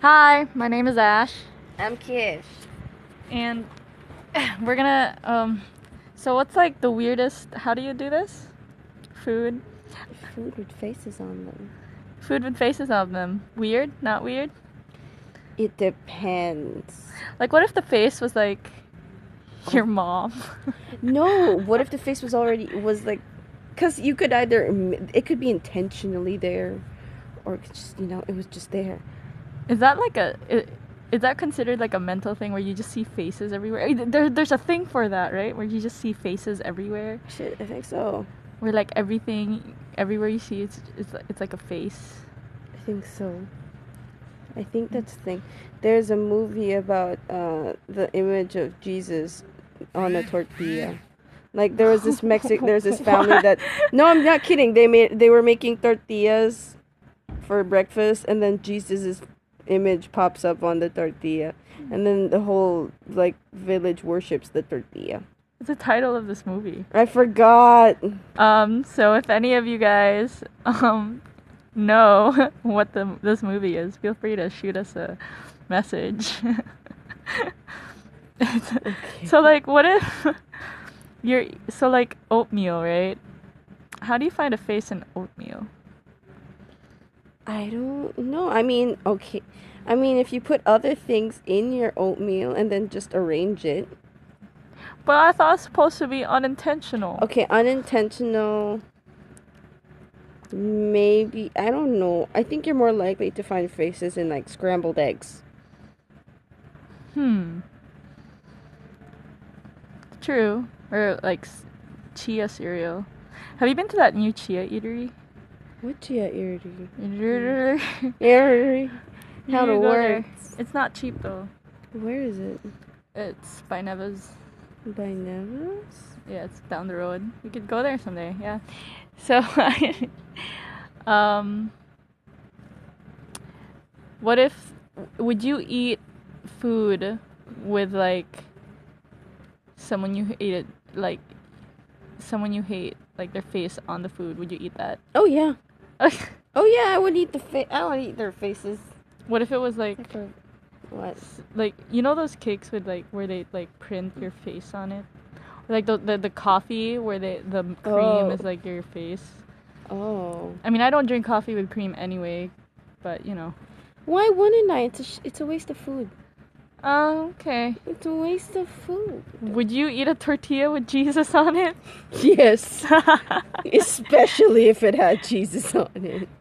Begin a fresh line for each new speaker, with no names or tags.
Hi, my name is Ash,
I'm Kish.
and we're gonna. Um, so, what's like the weirdest? How do you do this? Food,
Food with faces on them.
food with faces of them. Weird, not weird.
It depends.
Like, what if the face was like your mom?
No, what if the face was already was like, cause you could either it could be intentionally there, or it could just you know it was just there.
Is that like a? i- Is that considered like a mental thing where you just see faces everywhere? Eh, There, there's a thing for that, right? Where you just see faces everywhere,
Shit, I think so.
where like everything, everywhere you see, it's it's, it's like a face.
I think so. I think that's the thing. There's a movie about uh, the image of Jesus on a tortilla. Like there was this Mexican, there's this family
What?
that. No, I'm not kidding. They made they were making tortillas for breakfast, and then Jesus's image pops up on the tortilla, and then the whole like village worships the tortilla.
It's the title of this movie.
I forgot.
Um, so if any of you guys um know what the this movie is, feel free to shoot us a message. So like what if you're so like oatmeal, right? How do you find a face in oatmeal?
I don't know. I mean, okay. I mean, if you put other things in your oatmeal and then just arrange it.
But I thought it was supposed to be unintentional.
Okay, unintentional. Maybe. I don't know. I think you're more likely to find faces in like scrambled eggs.
Hmm. True. Or like s- chia cereal. Have you been to that new chia eatery?
What do you irritate?
You
How to
go
work.
there. It's not cheap though.
Where is it?
It's by Neva's.
By Nevis?
Yeah, it's down the road. We could go there someday. Yeah. So, um, what if would you eat food with like someone you ate it like someone you hate like their face on the food? Would you eat that?
Oh, yeah. Oh, yeah, I would eat the fa- I would eat their faces.
what if it was like
For what?
s- like you know those cakes with like where they like print your face on it Or, like the, the the coffee where they the cream
Oh.
is like your face
Oh.
i mean i don't drink coffee with cream anyway but you know
Why wouldn't I? It's a, sh- it's a waste of food.
Um, okay
It's a waste of food.
would you eat a tortilla with jesus on it
Yes. Especially if it had Jesus on it.